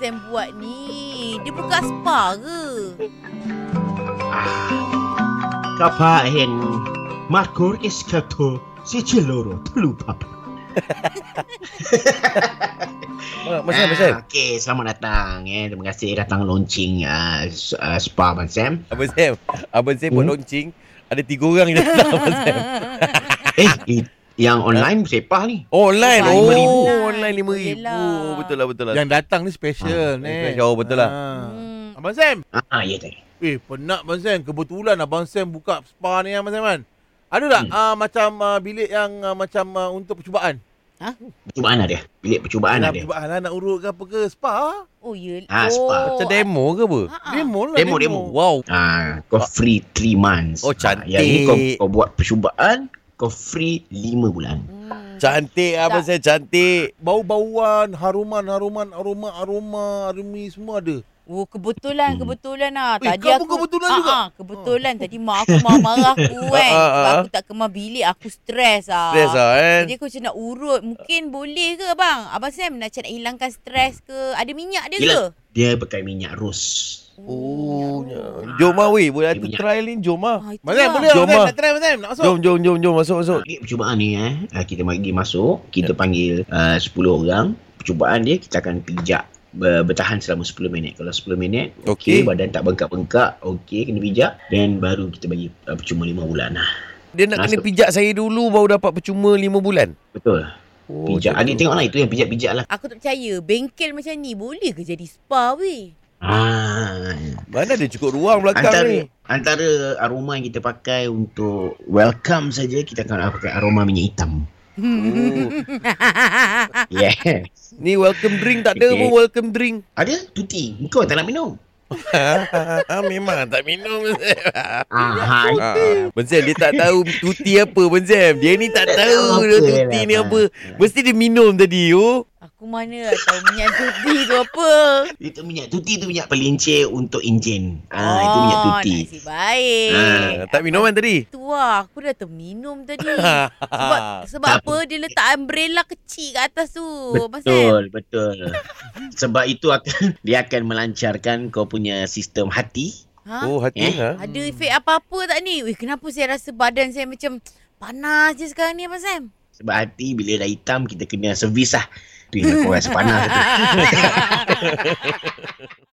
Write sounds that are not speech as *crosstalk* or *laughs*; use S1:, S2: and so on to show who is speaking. S1: Sam buat ni? Dia buka spa ke?
S2: Kapa hen makor eskato seciloro telu papa.
S3: Ah, Abang Sam, Abang Sam.
S2: Okey, selamat datang. Eh. Terima kasih datang launching uh, uh, spa Abang Sam.
S3: Abang Sam. Abang Sam buat
S2: Hmm?
S3: launching. Ada tiga orang yang datang Abang Sam.
S2: Eh, i- yang online sepah ni.
S3: Oh, online.
S2: Online.
S3: Oh,
S2: RM5,000.
S3: online lima
S1: Boleh
S3: ribu.
S1: lah.
S3: Betul lah, betul lah.
S4: Yang datang ni special
S3: Ah,
S4: ni. Ah.
S3: special, betul lah.
S1: Hmm.
S4: Abang Sam.
S2: Ah, ah, ya tadi.
S4: Eh, penat Abang Sam. Kebetulan Abang Sam buka spa ni Abang Sam kan. Ada tak hmm. uh, macam uh, bilik yang uh, macam uh, untuk percubaan?
S2: Percubaan ada. Bilik
S3: Ah,
S2: percubaan
S4: nak
S2: ada.
S4: percubaan lah, nak urut ke apa ke spa?
S1: Oh, ya.
S2: Ah, spa.
S1: Oh,
S3: Macam demo ke apa? Oh,
S1: Ha,
S4: Ah.
S1: ha.
S4: Demo lah.
S2: Demo, demo.
S3: Wow.
S2: Ah, kau free 3 months.
S3: Oh,
S2: Ah, yang ni kau,
S3: cantik.
S2: kau buat percubaan, kau free 5 bulan.
S1: Hmm.
S3: Cantik Abang
S4: Ah.
S3: Sam, cantik.
S4: Bau-bauan, haruman-haruman, aroma-aroma, arumi semua ada.
S1: Oh, kebetulan,
S2: Hmm.
S1: kebetulan lah.
S4: Eh,
S1: Tadi
S4: kamu
S1: aku...
S4: kebetulan
S1: Ah,
S4: juga?
S1: ah, kebetulan. Tadi mak aku
S3: *laughs*
S1: marah-marah aku kan.
S3: Ah, ah,
S1: Sebab
S3: ah.
S1: aku tak kemar bilik, aku stres lah.
S3: Stress lah kan?
S1: Jadi aku macam nak urut. Mungkin boleh ke bang? Abang Sam nak macam nak hilangkan stres ke? Ada minyak dia
S2: Gila.
S1: ke?
S2: Dia pakai minyak rus.
S3: Oh,
S1: minyak rose.
S3: jom lah weh. Boleh
S2: Dia
S3: tu
S2: minyak.
S3: trial ni, jom lah.
S1: Ah, itu
S4: Abang Sam,
S1: lah.
S4: boleh Abang
S3: Jom
S4: Sam?
S3: lah.
S4: Nak try Abang Sam? Nak masuk?
S3: Jom, jom, jom, jom. Masuk, masuk.
S2: Ni percubaan ni eh. Ah, Kita bagi masuk, kita panggil uh, 10 orang. Percubaan dia kita akan pijak ber- bertahan selama 10 minit. Kalau 10 minit, Ah, okey, okay,
S3: Okey.
S2: badan tak bengkak-bengkak, okey, kena pijak. Dan baru kita bagi uh, percuma 5 bulan lah.
S3: Dia nak kena
S2: Masuk.
S3: pijak saya dulu baru dapat percuma 5 bulan.
S2: Betul.
S3: Oh,
S2: Pijak. Ah, ni tengoklah itu yang pijak-pijak lah.
S1: Aku tak percaya. Bengkel macam ni boleh ke jadi spa weh?
S2: Ah.
S3: Mana ada cukup ruang belakang
S2: Antara
S3: ni?
S2: antara aroma yang kita pakai untuk welcome saja kita akan ah, pakai aroma minyak hitam. *laughs*
S3: Oh.
S2: Yeah.
S3: Ni welcome drink tak ada
S2: Okey.
S3: pun welcome
S2: *laughs*
S3: drink.
S2: Ada tuti. Kau tak nak minum.
S3: Ah, Memang tak minum. *laughs*
S2: Ah, ha,
S3: Benzem dia tak tahu tuti apa Benzem. Dia ni tak tahu dia tuti ni apa. Mesti dia minum tadi oh. yo.
S1: Aku mana lah tahu minyak *laughs* tuti tu apa.
S2: Itu minyak tuti tu minyak pelincir untuk enjin. Ah oh, itu minyak tuti. Ah.
S1: nasib baik.
S3: Ha, tak minum kan tadi?
S1: Tu lah, aku dah terminum
S2: *laughs*
S1: tadi. Sebab sebab
S2: Tak
S1: apa dia letak umbrella kecil kat atas tu. Abang Sam.
S2: Betul, betul. *laughs* Sebab itu akan *laughs* dia akan melancarkan kau punya sistem hati.
S1: Ha?
S3: *laughs* Oh hati
S2: Eh?
S3: ha.
S1: Ada efek apa-apa tak ni? Weh, kenapa saya rasa badan saya macam panas je sekarang ni Abang Sam?
S2: Sebab hati bila dah hitam kita kena servis lah. Tu yang aku rasa panas tu.